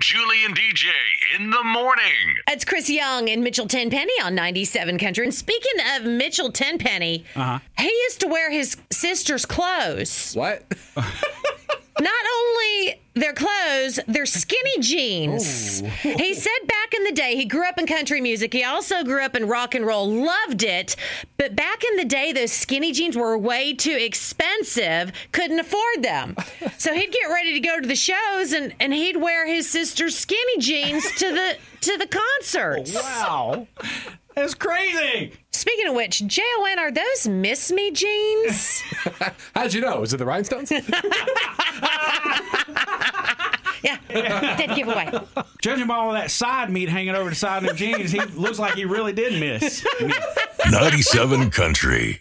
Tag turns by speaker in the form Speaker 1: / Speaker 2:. Speaker 1: Julie and DJ in the morning.
Speaker 2: It's Chris Young and Mitchell Tenpenny on 97 Country. And speaking of Mitchell Tenpenny, he used to wear his sister's clothes.
Speaker 3: What?
Speaker 2: Not only their clothes, their skinny jeans. He said back in the day, he grew up in country music. He also grew up in rock and roll, loved it. But back in the day, those skinny jeans were way too expensive, couldn't afford them. So he'd get ready to go to the shows and, and he'd wear his sister's skinny jeans to the to the concerts.
Speaker 4: Wow. That's crazy.
Speaker 2: Speaking of which, J-O-N, are those Miss Me jeans?
Speaker 3: How'd you know? Is it the rhinestones?
Speaker 2: yeah, dead giveaway.
Speaker 4: Judging by all that side meat hanging over the side of them jeans, he looks like he really did miss.
Speaker 1: 97 Country.